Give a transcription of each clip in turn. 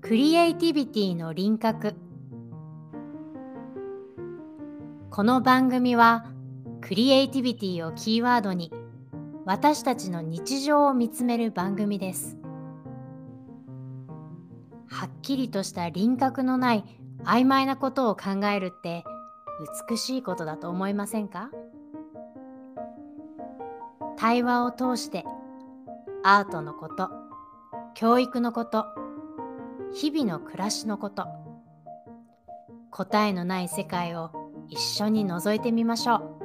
クリエイティビティの輪郭この番組はクリエイティビティをキーワードに私たちの日常を見つめる番組ですはっきりとした輪郭のない曖昧なことを考えるって美しいことだと思いませんか対話を通してアートのこと教育のこと日々の暮らしのこと答えのない世界を一緒に覗いてみましょう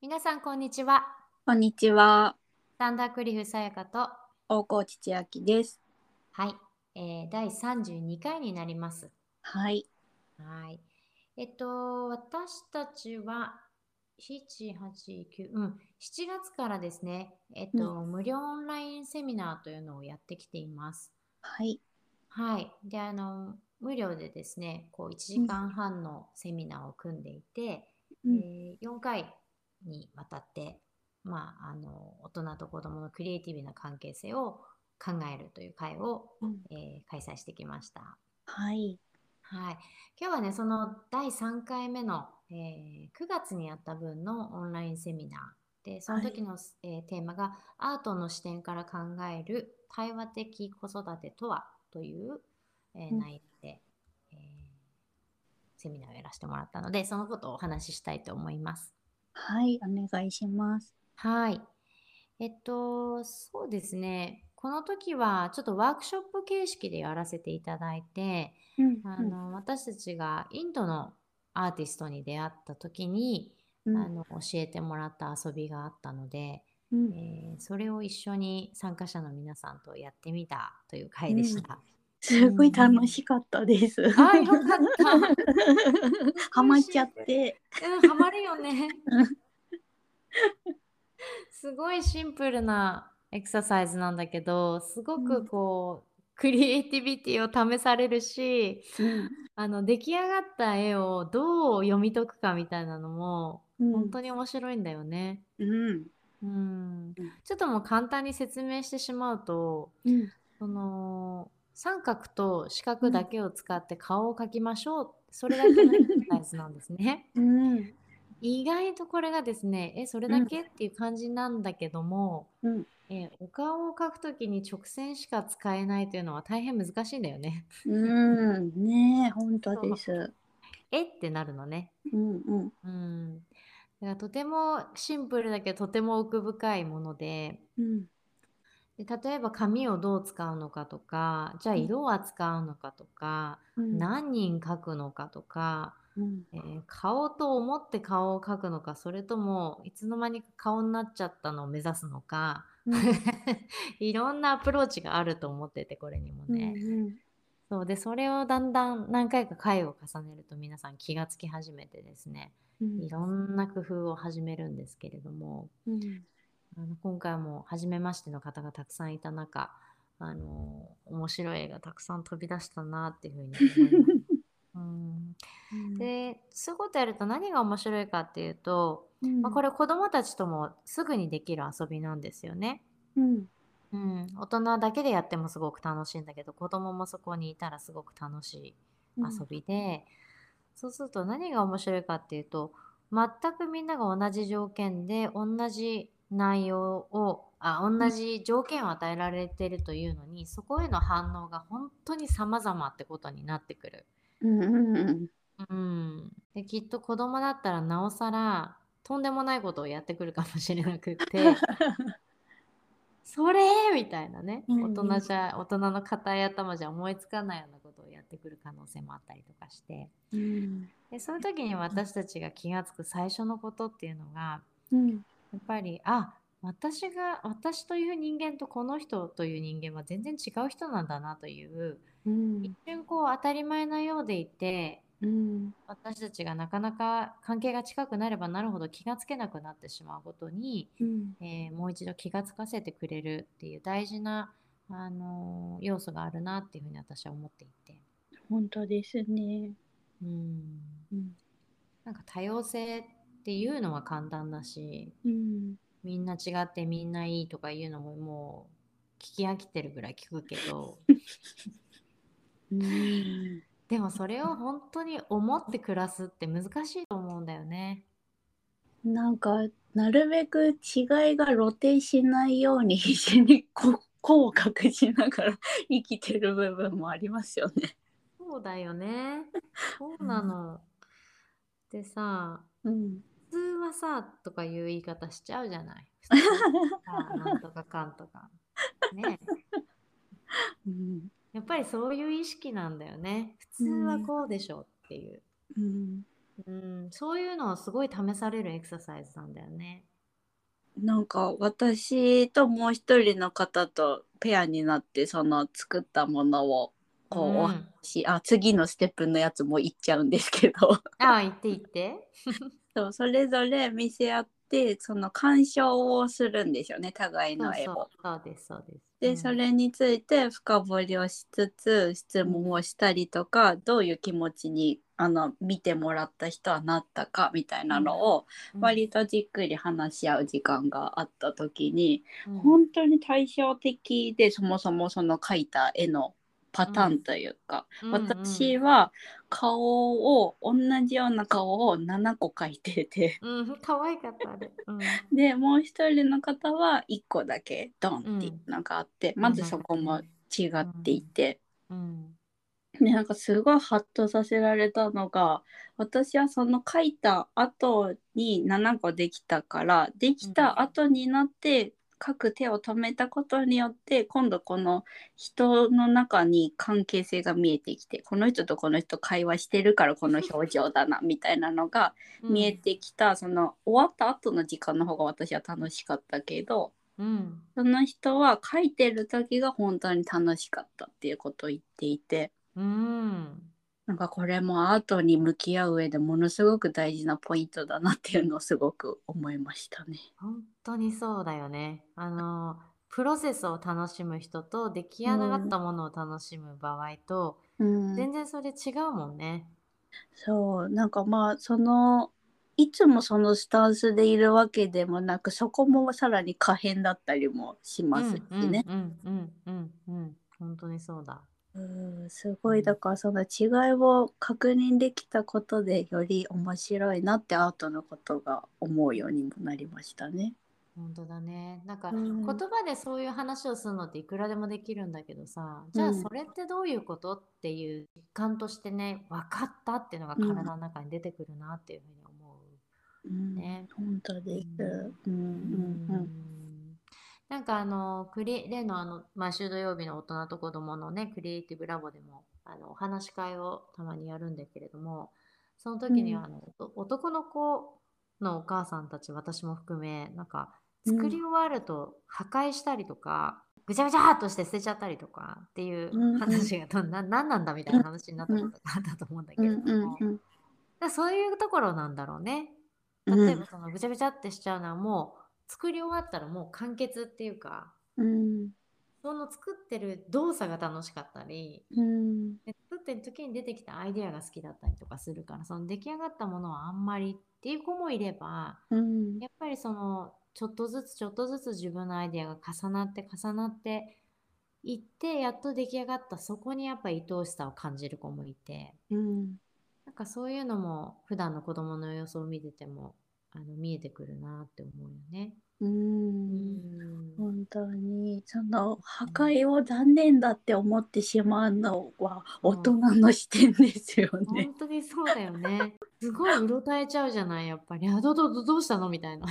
皆さんこんにちはこんにちは、サンダークリフさやかと大河内千秋です。はい、えー、第32回になりますはい、はい。えっと、私たちは、7、8、9、うん、7月からですね、えっと、無料オンラインセミナーというのをやってきています。はい、はい。で、あの、無料でですね、こう、1時間半のセミナーを組んでいて、うん、えー4回にわたって、まあ、あの、大人と子供のクリエイティブな関係性を考えるという会を、うんえー開催してきました。はい、はい、今日はね、その第3回目の、えー9月にやった分のオンラインセミナーで、そのはい時の、えーテーマがアートの視点から考える対話的子育てとはという、えーうん内容で、えーセミナーをやらせてもらったので、そのことをお話ししたいと思います。はい、お願いします。はい。えっと、そうですね。この時はちょっとワークショップ形式でやらせていただいて、うんあの私たちがインドのアーティストに出会った時に、うんあの教えてもらった遊びがあったので、うんえーそれを一緒に参加者の皆さんとやってみたという回でした。すごい楽しかったです。あーよかっ ハマっちゃって、た。うん、ハマるよね。 すごいシンプルなエクササイズなんだけど、すごくこう、クリエイティビティを試されるし、うんあの出来上がった絵をどう読み解くかみたいなのも本当に面白いんだよね。うん、うんうん、ちょっともう簡単に説明してしまうとうん、その三角と四角だけを使って顔を描きましょう、それだけのエクササイズなんですね。 うん、意外とこれがですねえそれだけっていう感じなんだけども、うんえお顔を描くときに直線しか使えないというのは大変難しいんだよね。 うん、ねえ、本当です。えってなるのね。うん、うん、うん、だからとてもシンプルだけどとても奥深いものでうん、で例えば紙をどう使うのかとかじゃあうん色は使うのかとか、うん、何人描くのかとか、うん、えー顔と思って顔を描くのかそれともいつの間にか顔になっちゃったのを目指すのか いろんなアプローチがあると思っててこれにもうん、ね。そうでそれをだんだん何回か回を重ねると皆さん気がつき始めてですねうんいろんな工夫を始めるんですけれどもうん、あの今回も初めましての方がたくさんいた中あの面白い絵がたくさん飛び出したなっていうふうに思います。 うんでそういうことやると何が面白いかっていうと、うん、まあ、これ子どもたちともすぐにできる遊びなんですよね。うん、うん、大人だけでやってもすごく楽しいんだけど子どももそこにいたらすごく楽しい遊びで、そうすると何が面白いかっていうと全くみんなが同じ条件で同じ内容をあ同じ条件を与えられてるというのにそこへの反応が本当に様々ってことになってくる。うん、うん、うん。うん、できっと子供だったらなおさらとんでもないことをやってくるかもしれなくって それみたいなねうん大人じゃ大人の硬い頭じゃ思いつかないようなことをやってくる可能性もあったりとかして。うん、でそういう時に私たちが気がつく最初のことっていうのがうん、やっぱりあ私が私という人間とこの人という人間は全然違う人なんだなといううん一、瞬こう当たり前なようでいてうん、私たちがなかなか関係が近くなればなるほど気がつけなくなってしまうことに、うん。えーもう一度気がつかせてくれるっていう大事な、あのー要素があるなっていうふうに私は思っていて。本当ですね。うんうん、なんか多様性ってっていうのは簡単だしうん。みんな違ってみんないいとかいうのももう聞き飽きてるぐらい聞くけ どうん。でもそれを本当に思って暮らすって難しいと思うんだよね。なんか、なるべく違いが露呈しないように必死にこ口角しながら生きてる部分もありますよね。そうだよ ね。そうなの。でさうん。普通はさとかいう言い方しちゃうじゃ ない。普通はさなんとかかんとか。ね。うん。やっぱりそういう意識なんだよね。普通はこうでしょっていう。うん。うん、そういうのをすごい試されるエクササイズなんだよね。なんか私ともう一人の方とペアになってその作ったものをこう、おう話んしあ次のステップのやつもいっちゃうんですけどああ、言って言って。そうそれぞれ見せ合ってその鑑賞をするんですよね互いそうの絵を。そう、そうです、そうです。うでんそれについて深掘りをしつつ質問をしたりとかどういう気持ちにあの見てもらった人はなったかみたいなのを割とじっくり話し合う時間があった時に。うんうん本当に対照的でそもそもその描いた絵のパターンというか、うんうん私は顔を同じような顔を7個描いててうん、可愛かったあれ。うん、でもう一人の方は1個だけドンっていうのがあって、 まずそこも違っていて、うん。でなんかすごいハッとさせられたのが私はその描いた後に7個できたからできた後になって描く手を止めたことによって今度この人の中に関係性が見えてきてこの人とこの人会話してるからこの表情だなみたいなのがうん見え。てきた、その終わった後の時間の方が私は楽しかったけどうん。その人は描いてる時が本当に楽しかったっていうことを言っていて。うん。なんかこれもアートに向き合う上でものすごく大事なポイントだなっていうのをすごく思いましたね。本当にそうだよね。あの、プロセスを楽しむ人と出来上がったものを楽しむ場合と、うん、全然それ違うもんね。そうなんかまあそのいつもそのスタンスでいるわけでもなくそこもさらに可変だったりもしますしね。うんうんうんうんうん本当にそうだ。うんすごいだからその違いを確認できたことでより面白いなってアートのことが思うようにもなりましたね。本当だね。なんか、うん言葉でそういう話をするのっていくらでもできるんだけどさ、じゃうあんそれってどういうことっていう実感としてね、分かったっていうのが体の中に出てくるなっていうふうに思うんうね。本当です。ううんうんうんんなんかあのクリ例のあの毎週土曜日の大人と子どものねクリエイティブラボでもあのお話し会をたまにやるんだけれどもその時にはうあの、お男の子のお母さんたち私も含めなんか作り終わると破壊したりとか、ぐちゃぐちゃっとして捨てちゃったりとかっていう話がどんな何なんだみたいな話になったことがあったと思うんだけうれんどうもんうんだからそういうところなんだろうね。うん例えばそのぐちゃぐちゃってしちゃうのはもう作り終わったらもう完結っていうかうんその作ってる動作が楽しかったりうんで作ってる時に出てきたアイデアが好きだったりとかするからその出来上がったものはあんまりっていう子もいればうんやっぱりそのちょっとずつちょっとずつ自分のアイデアが重なって重なっていってやっと出来上がったそこにやっぱ愛おしさを感じる子もいて。うんなんかそういうのも普段の子供の様子を見ててもあの見えてくるなって思うよね。うんうん本当にその破壊を残念だって思ってしまうのは大人の視点ですよね。本当にそうだよね。すごいうろたえちゃうじゃないやっぱり。あどうどうどうしたのみたいな。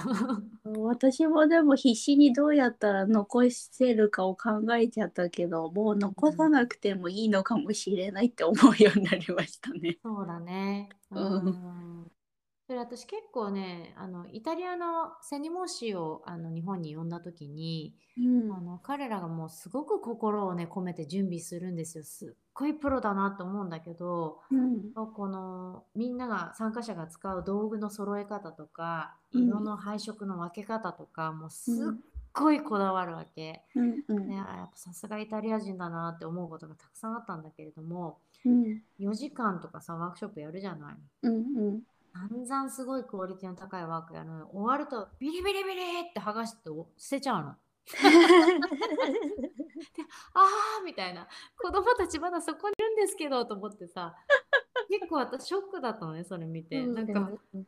私もでも必死にどうやったら残せるかを考えちゃったけどもう残さなくてもいいのかもしれないって思うようになりましたね。そうだね。うんんそれ私結構ねあのイタリアのセニモーシーをあの日本に呼んだ時にうんあの彼らがもうすごく心をね込めて準備するんですよ。すっごいプロだなと思うんだけど。うんこのみんなが参加者が使う道具の揃え方とかうん色の配色の分け方とか、もうすっうんごいこだわるわけ、うんうんね、あやっぱさすがイタリア人だなって思うことがたくさんあったんだけれどもうん4時間とかさワークショップやるじゃないうんうん散々すごいクオリティの高いワークやるのに終わるとビリビリビリって剥がしてお捨てちゃうの。あーみたいな子供たちまだそこにいるんですけどと思ってさ結構私ショックだったのねそれ見て、なんか「へえ」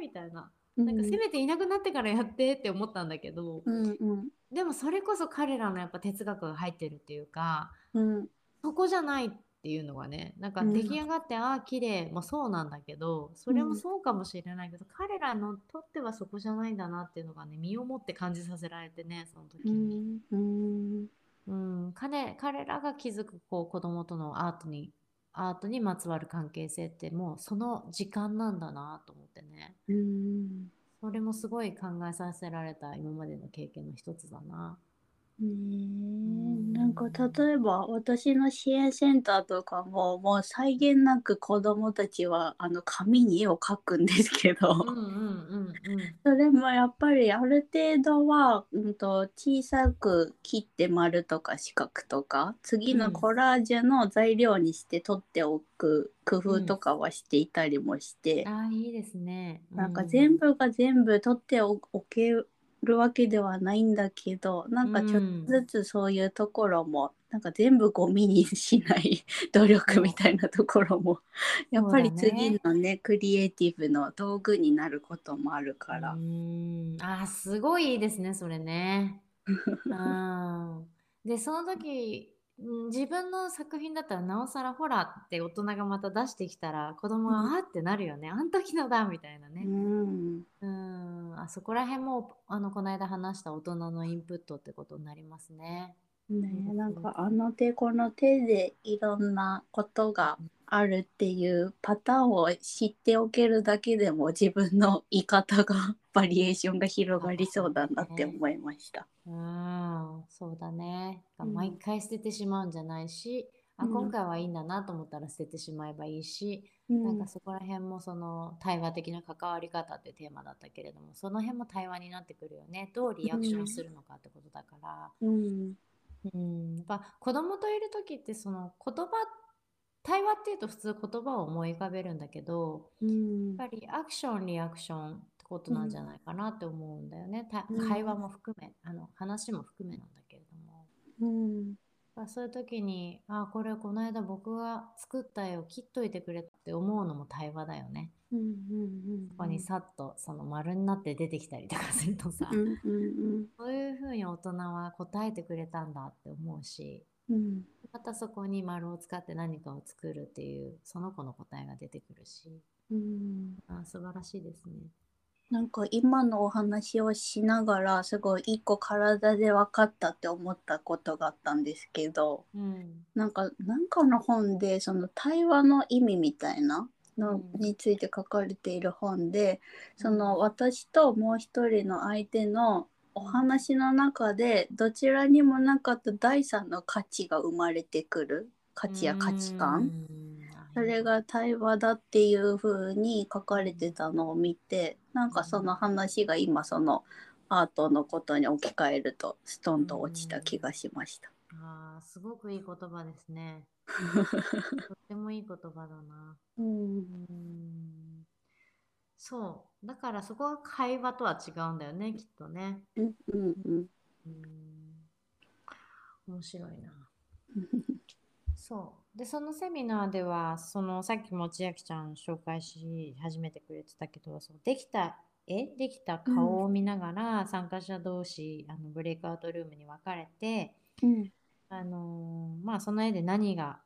みたいななんかせめていなくなってからやってって思ったんだけど、うんうんでもそれこそ彼らのやっぱ哲学が入ってるっていうかうんそこじゃないっていうのがねなんかうん出来上がって、ああ綺麗もそうなんだけどそれうもんそうかもしれないけど、彼らのとってはそこじゃないんだなっていうのがね身をもって感じさせられてねその時うに。んうんうん、彼彼らが気づくこう子供とのアートにアートにまつわる関係性ってもうその時間なんだなと思ってねうんそれもすごい考えさせられた今までの経験の一つだな。ねえなんか例えば私の支援センターとかももう際限なく子どもたちはあの紙に絵を描くんですけど、うんうんうんそれもやっぱりある程度は、うん、と小さく切って丸とか四角とか次うのんコラージュの材料にして取っておく工夫とかはしていたりもしうてん、、ああいいですね。なんかう全部が全部取っておおけるわけではないんだけどなんかちょっとずつそういうところも、なんか全部ゴミにしない 努力みたいなところもやっぱりそうだね次のねクリエイティブの道具になることもあるからう。んあーすごいいいですねそれね。うんでその時うん自分の作品だったらなおさらほらって大人がまた出してきたら子供うんはあーってなるよね、あん時のだみたいなうね、んうん、あそこら辺もあのこの間話した大人のインプットってことになりますね。ね、うんなんかあの手この手でいろんなことがあるっていうパターンを知っておけるだけでも自分の言い方がバリエーションが広がりそうだなって思いました。うん、そうだね。うん毎回捨ててしまうんじゃないし、あうん今回はいいんだなと思ったら捨ててしまえばいいし、うんなんかそこら辺もその対話的な関わり方ってテーマだったけれどもその辺も対話になってくるよねどうリアクションするのかってことだから、うんうん、やっぱ子供といる時ってその言葉対話っていうと普通言葉を思い浮かべるんだけどうんやっぱりアクションリアクションってことなんじゃないかなって思うんだよね、たうん会話も含めあの話も含めなんだけれども。うんまあそういう時に、あ、これこの間僕が作った絵を切っといてくれって思うのも対話だよね。うんうんここにさっとその丸になって出てきたりとかするとさ、うんうんそういうふうに大人は答えてくれたんだって思うし、うんまたそこに丸を使って何かを作るっていうその子の答えが出てくるし、うんあ、素晴らしいですね。なんか今のお話をしながらすごい一個体で分かったって思ったことがあったんですけど。うん。なんかなんかの本でその対話の意味みたいなうのんについて書かれている本で、その私ともう一人の相手のお話の中でどちらにもなかった第三の価値が生まれてくる価値や価値観、うんそれ、が対話だっていう風に書かれてたのを見てなんかその話が今そのアートのことに置き換えるとストンと落ちた気がしました。あーすごくいい言葉です ね。とってもいい言葉だな。うんうーんそうだからそこは会話とは違うんだよねきっとねうんうんうんうーん面白いなそうでそのセミナーではそのさっきも千秋ちゃん紹介し始めてくれてたけどそうできた絵できた顔を見ながら参加者同士、あのブレイクアウトルームに分かれてうんあのーまあその絵で何が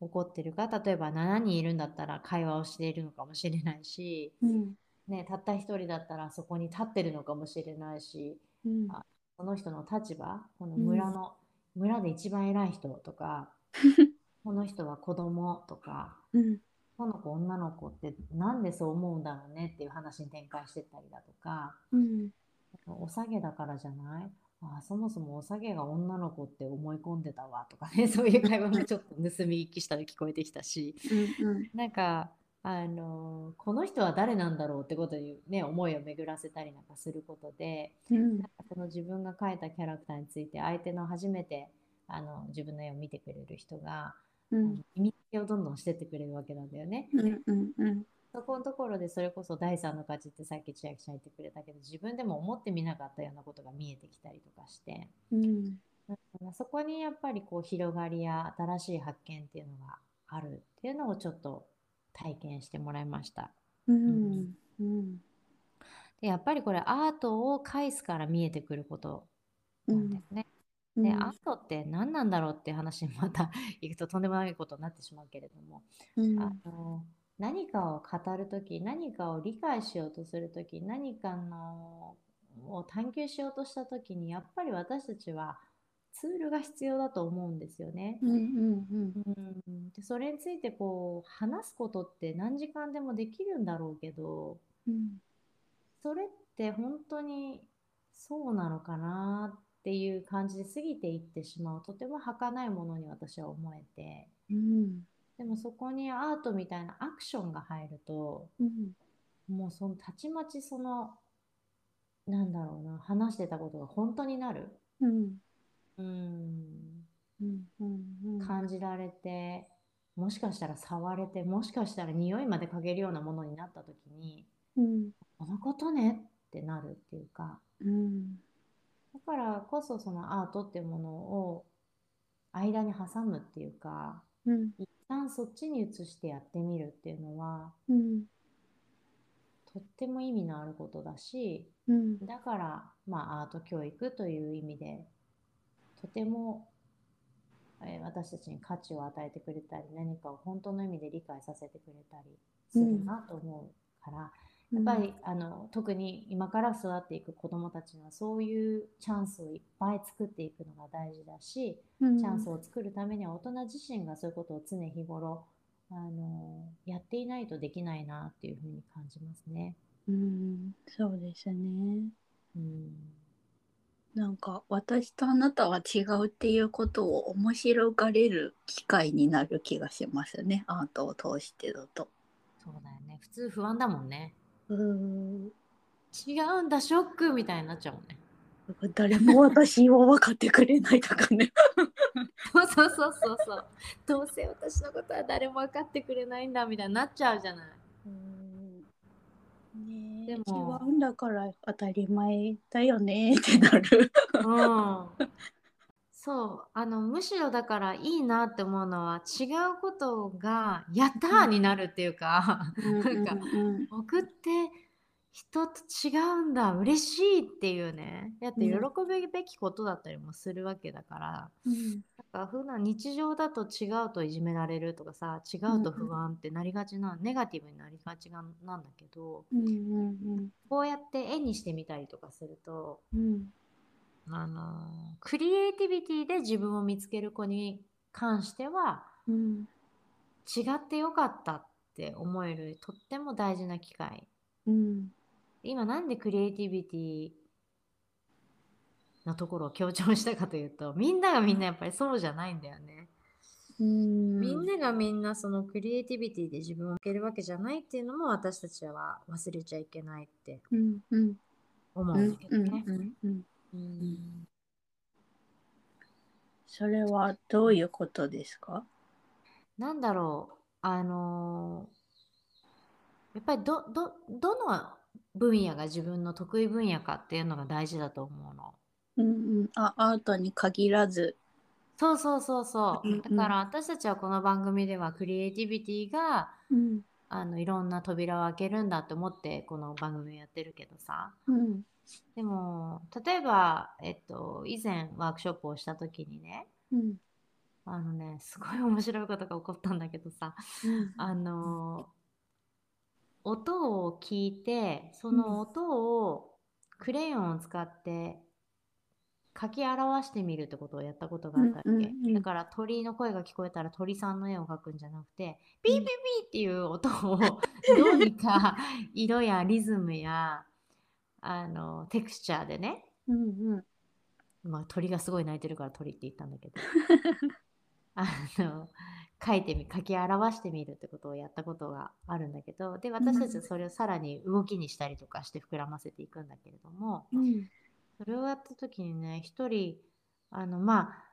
起こってるか例えば7人いるんだったら会話をしているのかもしれないし、うんね、たった一人だったらそこに立ってるのかもしれないしうんあその人の立場このうん村の、村で一番偉い人と かこの人は子供とかうんこの子女の子ってなんでそう思うんだろうねっていう話に展開してったりだとかうんお下げだからじゃないあそもそもお下げが女の子って思い込んでたわとかね そういう会話もちょっと盗み聞きしたら聞こえてきたし。うんなんか、あのこの人は誰なんだろうってことにね、思いを巡らせたりなんかすることで、うんなんかその自分が描いたキャラクターについて、相手の初めてあの自分の絵を見てくれる人が、うあんの意味付けをどんどんしてってくれるわけなんだよね。うんうんうんそこのところでそれこそ第三の価値ってさっき千秋ちゃん言ってくれたけど自分でも思ってみなかったようなことが見えてきたりとかしてうんそこにやっぱりこう広がりや新しい発見っていうのがあるっていうのをちょっと体験してもらいました。うんうんでやっぱりこれアートを返すから見えてくることうなんでんすね。うんでアートって何なんだろうっていう話にまた 行くととんでもないことになってしまうけれどもうんあの何かを語るとき、何かを理解しようとするとき、何かのを探求しようとしたときに、やっぱり私たちはツールが必要だと思うんですよね。うんうんうん、でそれについてこう話すことって何時間でもできるんだろうけど、うんそれって本当にそうなのかなっていう感じで過ぎていってしまう、とても儚いものに私は思えて、うんでもそこにアートみたいなアクションが入ると、うんもうそのたちまちそのなんだろうな話してたことが本当になるうんうんうんうん感じられてもしかしたら触れてもしかしたら匂いまで嗅げるようなものになった時にうんこのことねってなるっていうかうんだからこそそのアートっていうものを間に挟むっていうかうん一旦そっちに移してやってみるっていうのはうんとっても意味のあることだしうんだから、まあ、アート教育という意味でとても、えー私たちに価値を与えてくれたり何かを本当の意味で理解させてくれたりするなと思うから、やっぱりあの特に今から育っていく子どもたちにはそういうチャンスをいっぱい作っていくのが大事だし、チチャンスを作るためには大人自身がそういうことを常日頃あのやっていないとできないなっていうふうに感じますね。うんそうですねうんなんか私とあなたは違うっていうことを面白がれる機会になる気がしますねアートを通してだと。そうだよね。普通不安だもんね。うん違うんだ、ショックみたいになっちゃうもんね。誰も私を分かってくれないとかね。そうそうそうそうそう。 どうせ私のことは誰も分かってくれないんだみたいになっちゃうじゃない。うんねえでも違うんだから当たり前だよねってなる。うん。そう。あの、むしろだからいいなって思うのは、違うことがやったーになるっていうか、んか僕って人と違うんだ、嬉しいっていうね。だって喜うんぶべきことだったりもするわけだから。うんなんか普段日常だと違うといじめられるとかさ違うと不安ってなりがちな、ネガティブになりがちなんだけどうんうんこうやって絵にしてみたりとかすると、うんあのークリエイティビティで自分を見つける子に関してはうん違ってよかったって思えるとっても大事な機会うん今なんでクリエイティビティのところを強調したかというとみんながみんなやっぱりそうじゃないんだよね。うんみんながみんなそのクリエイティビティで自分を受けるわけじゃないっていうのも私たちは忘れちゃいけないってうんうん思ううんんだけうどね。んうんうんそれはどういうことですか？なんだろうあのーやっぱりどどどの分野が自分の得意分野かっていうのが大事だと思うの。うんうん、あアートに限らず。そうそうそうそうんうんう。だから私たちはこの番組ではクリエイティビティがうんあのいろんな扉を開けるんだと思ってこの番組をやってるけどさ。うんでも例えば、えっと、以前ワークショップをした時にねうんあのねすごい面白いことが起こったんだけどさ あの音を聞いてその音をクレヨンを使って書き表してみるってことをやったことがあったわけ、うんうんうんだから鳥の声が聞こえたら鳥さんの絵を描くんじゃなくてピーピーピーっていう音をどうにか 色やリズムやあのテクスチャーでねうんまあ、鳥がすごい鳴いてるから鳥って言ったんだけどあの書いてみ書き表してみるってことをやったことがあるんだけどで私たちはそれをさらに動きにしたりとかして膨らませていくんだけれどもうんそれをやった時にね一人あのまあ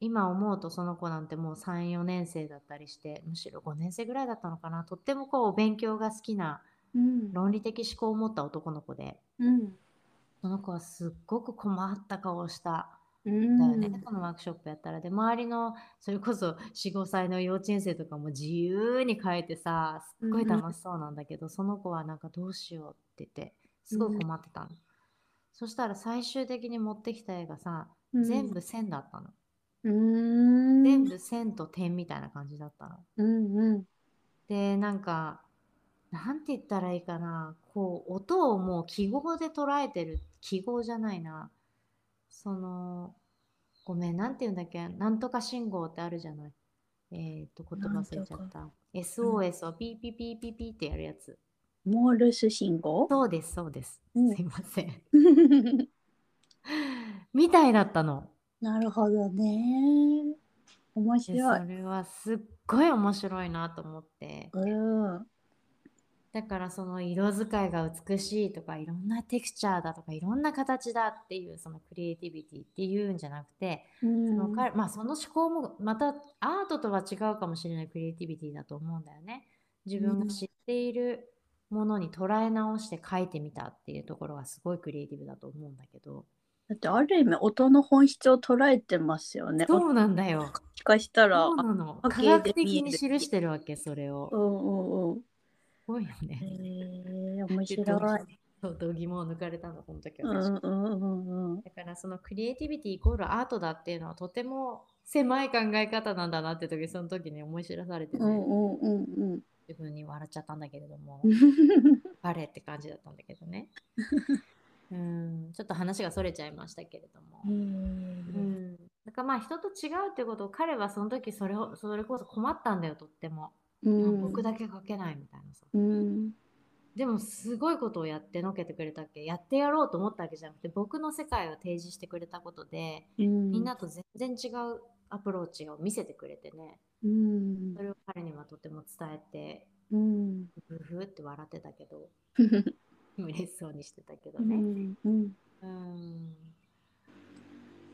今思うとその子なんてもう34年生だったりしてむしろ5年生ぐらいだったのかなとってもこうお勉強が好きなうん論理的思考を持った男の子でうんその子はすっごく困った顔をしたうんだよんね、このワークショップやったらで周りのそれこそ45歳の幼稚園生とかも自由に変えてさすっごい楽しそうなんだけど、その子はなんかどうしようって言ってすごい困ってたの、そしたら最終的に持ってきた絵がさ全部線だったの、うん全部線と点みたいな感じだったの。うんうんでなんかなんて言ったらいいかなこう音をもう記号で捉えてる記号じゃないなそのごめんなんて言うんだっけなんとか信号ってあるじゃないえっ、と言葉忘れちゃなんっとた SOS をピーピーピーピーピーってやるやつ、モールス信号そうですそうです、うんすいませんみたいだったのなるほどね面で白いそれはすっごい面白いなと思ってうんだからその色使いが美しいとかいろんなテクチャーだとかいろんな形だっていうそのクリエイティビティっていうんじゃなくて、うんその彼まあ、その思考もまたアートとは違うかもしれないクリエイティビティだと思うんだよね。自分が知っているものに捉え直して書いてみたっていうところがすごいクリエイティブだと思うんだけどだってある意味音の本質を捉えてますよね。そうなんだよ。もしかしたら、そうなのあ科学波形で見的えるに記してるわけそれをう。んうんうん。すごいよへね。え面白い。 そう度肝を抜かれたのこの時うはん私。うんうんうん。だからそのクリエイティビティイコールアートだっていうのはとても狭い考え方なんだなって時その時に思い知らされて、ねうんうんうんうん。自分に笑っちゃったんだけれどもうバレって感じだったんだけどねうんちょっと話がそれちゃいましたけれども、んん、だからまあ人と違うってことを彼はその時それをそれこそ困ったんだよとっても、うん僕だけ書けないみたいなさうんでもすごいことをやってのけてくれたっけやってやろうと思ったわけじゃなくて僕の世界を提示してくれたことでうんみんなと全然違うアプローチを見せてくれてね、うんそれを彼にはとても伝えて、うんふふふって笑ってたけど、 うん嬉しそうにしてたけどうね。んうんうん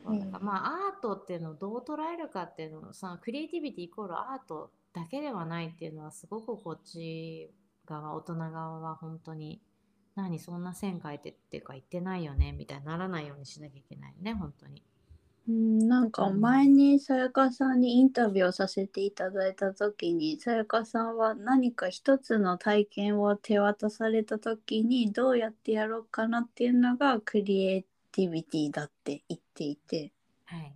そうだからまあ、アートっていうのをどう捉えるかっていうのをさクリエイティビティイコールアートだけではないっていうのはすごくこっち側大人側は本当に何そんな線描いてっていうか言ってないよねみたいにならないようにしなきゃいけないよね本当に。うんなんか前にさやかさんにインタビューをさせていただいた時にさやかさんは何か一つの体験を手渡された時にどうやってやろうかなっていうのがクリエイティビティだって言っていて はい、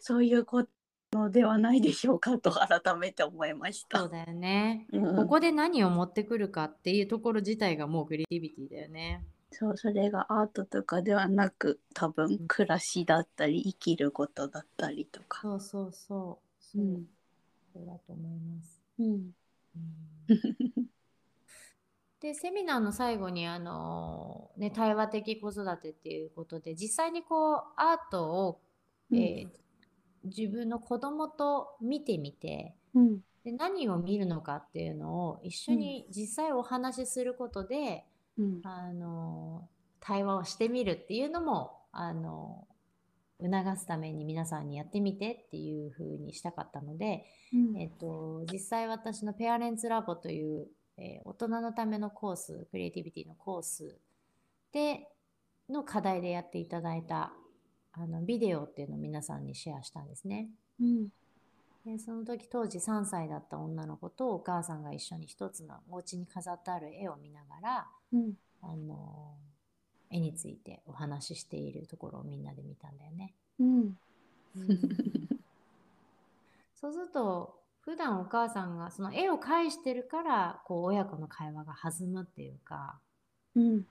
そういうことではないでしょうかと改めて思いましそたう。だよね。うんここで何を持ってくるかっていうところ自体がもうクリエイティビティだよね。そうそれがアートとかではなく多分暮らしだったり生きることだったりとか。そうそうそう。そう,、そうだと思います。うんうんでセミナーの最後にあの、ね、対話的子育てっていうことで実際にこうアートを、えー自分の子供と見てみてうんで何を見るのかっていうのを一緒に実際お話しすることで、うんあの対話をしてみるっていうのもあの促すために皆さんにやってみてっていう風にしたかったので、うんえっと、実際私のペアレンツラボという、えー大人のためのコースクリエイティビティのコースでの課題でやっていただいたあのビデオっていうのを皆さんにシェアしたんですね。うんでその時当時3歳だった女の子とお母さんが一緒に一つのお家に飾ってある絵を見ながらうんあの絵についてお話ししているところをみんなで見たんだよね。うんそうすると普段お母さんがその絵を介してるからこう親子の会話が弾むっていうかうん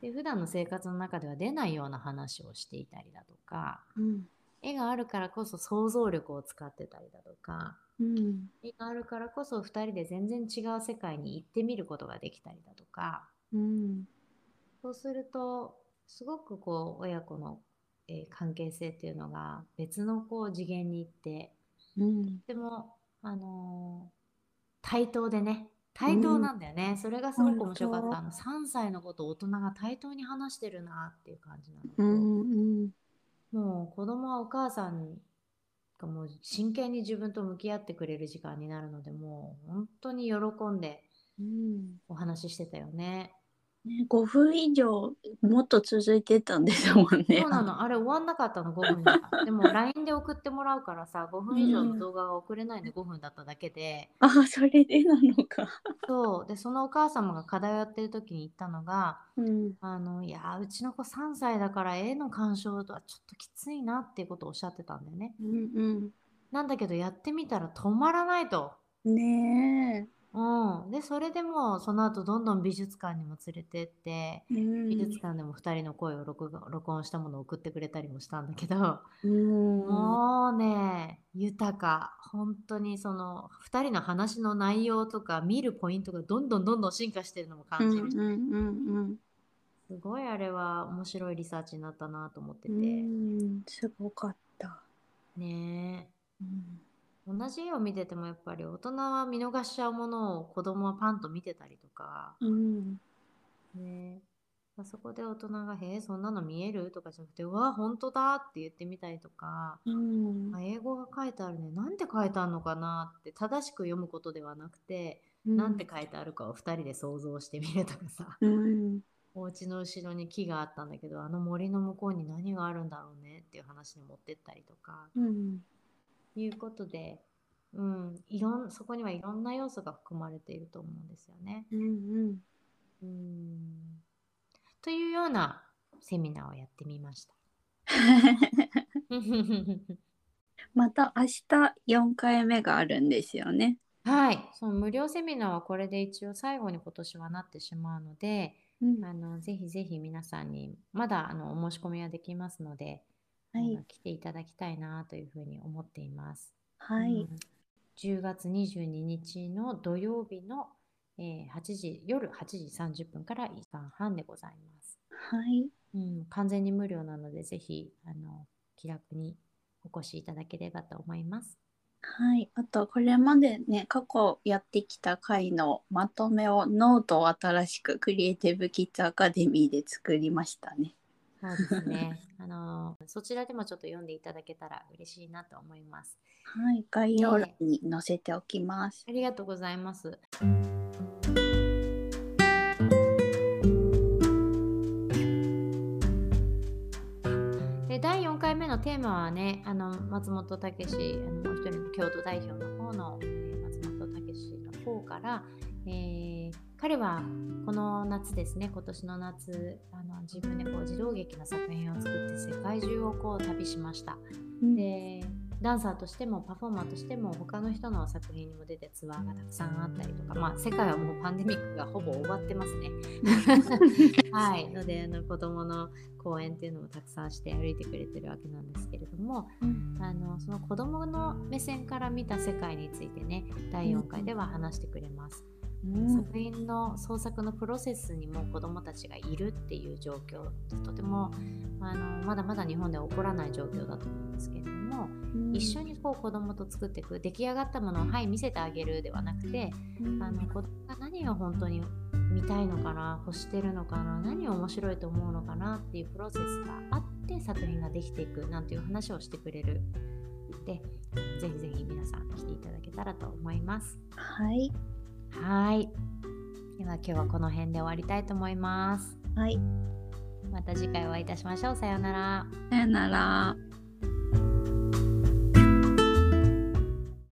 で普段の生活の中では出ないような話をしていたりだとかうん絵があるからこそ想像力を使ってたりだとかうん絵があるからこそ2人で全然違う世界に行ってみることができたりだとか。うんそうするとすごくこう親子の、えー関係性っていうのが別のこう次元に行ってうんとても、あのー対等でね対等なんだよね、それがすごく面白かったあの3歳の子と大人が対等に話してるなっていう感じなのと、うんもう子供はお母さんがもう真剣に自分と向き合ってくれる時間になるので、もう本当に喜んでうんお話ししてたよね。ね、5分以上もっと続いてたんですもんね。そうなの、あれ終わんなかったの、5分じゃ。 でも LINE で送ってもらうからさ、5分以上の動画が送れないんで5分だっただけで、ああそれでなのか。そう、で、そのお母様が課題をやってる時に言ったのが、うん、あの、いやー、うちの子3歳だから絵の鑑賞とはちょっときついなっていうことをおっしゃってたんだよね。うん、なんだけど、やってみたら止まらないと。うん。ねうん。で、それでもう、その後どんどん美術館にも連れてって、え。うん美術館でも2人の声を録画録音したものを送ってくれたりもしたんだけど、うんもうね、豊か。本当にその2人の話の内容とか見るポイントがどんどんどんどん進化してるのもう感んじるし、うんうんすごいあれは面白いリサーチになったなと思ってうて。ん。うん、すごかった。ねえ。うん、同じ絵を見ててもやっぱり大人は見逃しちゃうものを子供はパンと見てたりとか、うん、ねえ、そこで大人が「へえそんなの見える?」とかじゃなくて「うわ本当だ」って言ってみたりとかう「んあ、英語が書いてあるねなんて書いてあるのかな?」って正しく読むことではなくてなんて書いてあるかを2人で想像してみるとか さうん、お家の後ろに木があったんだけどあの森の向こうに何があるんだろうねっていう話に持ってったりとか。うん、いうことで、うん、いろんそこにはいろんな要素が含まれていると思うんですよね。うん、うんというようなセミナーをやってみました。また明日四回目があるんですよね。はい、その無料セミナーはこれで一応最後に今年はなってしまうので、うんあのぜひぜひ皆さんにまだあのお申し込みはできますので、はいあの、来ていただきたいなというふうに思っています。はうい、ん10月22日の土曜日の、えー8時夜8時30分から1時間半でございます、はい、うん。完全に無料なのでぜひあの気楽にお越しいただければと思います。はい。あと、これまでね、過去やってきた回のまとめをノートを新しくクリエイティブキッズアカデミーで作りましたね。そうです ねあのそちらでもちょっと読んでいただけたら嬉しいなと思います。はい、概要欄に載せておきます。ありがとうございます。で第4回目のテーマはねあの松本武史あのもう一人の京都代表の方の、えー松本武史の方から、えー彼はこの夏ですね今年の夏あの自分でこう児童劇の作品を作って世界中をこう旅しました。うんでダンサーとしてもパフォーマーとしても他の人の作品にも出てツアーがたくさんあったりとか、まあ、世界はもうパンデミックがほぼ終わってます ね。はい、のであの子どもの公演っていうのもたくさんして歩いてくれてるわけなんですけれどもあのその子どもの目線から見た世界についてね第4回では話してくれます。うん作品の創作のプロセスにも子どもたちがいるっていう状況とてもあのまだまだ日本では起こらない状況だと思うんですけれども、一緒にこう子どもと作っていく出来上がったものを「はい見せてあげる」ではなくてあの子どもが何が本当に見たいのかな欲してるのかな何を面白いと思うのかなっていうプロセスがあって作品ができていくなんていう話をしてくれるでぜひぜひ皆さん来ていただけたらと思います。はい、はい。では今日はこの辺で終わりたいと思います。はい、また次回お会いいたしましょう。さようなら。さよなら。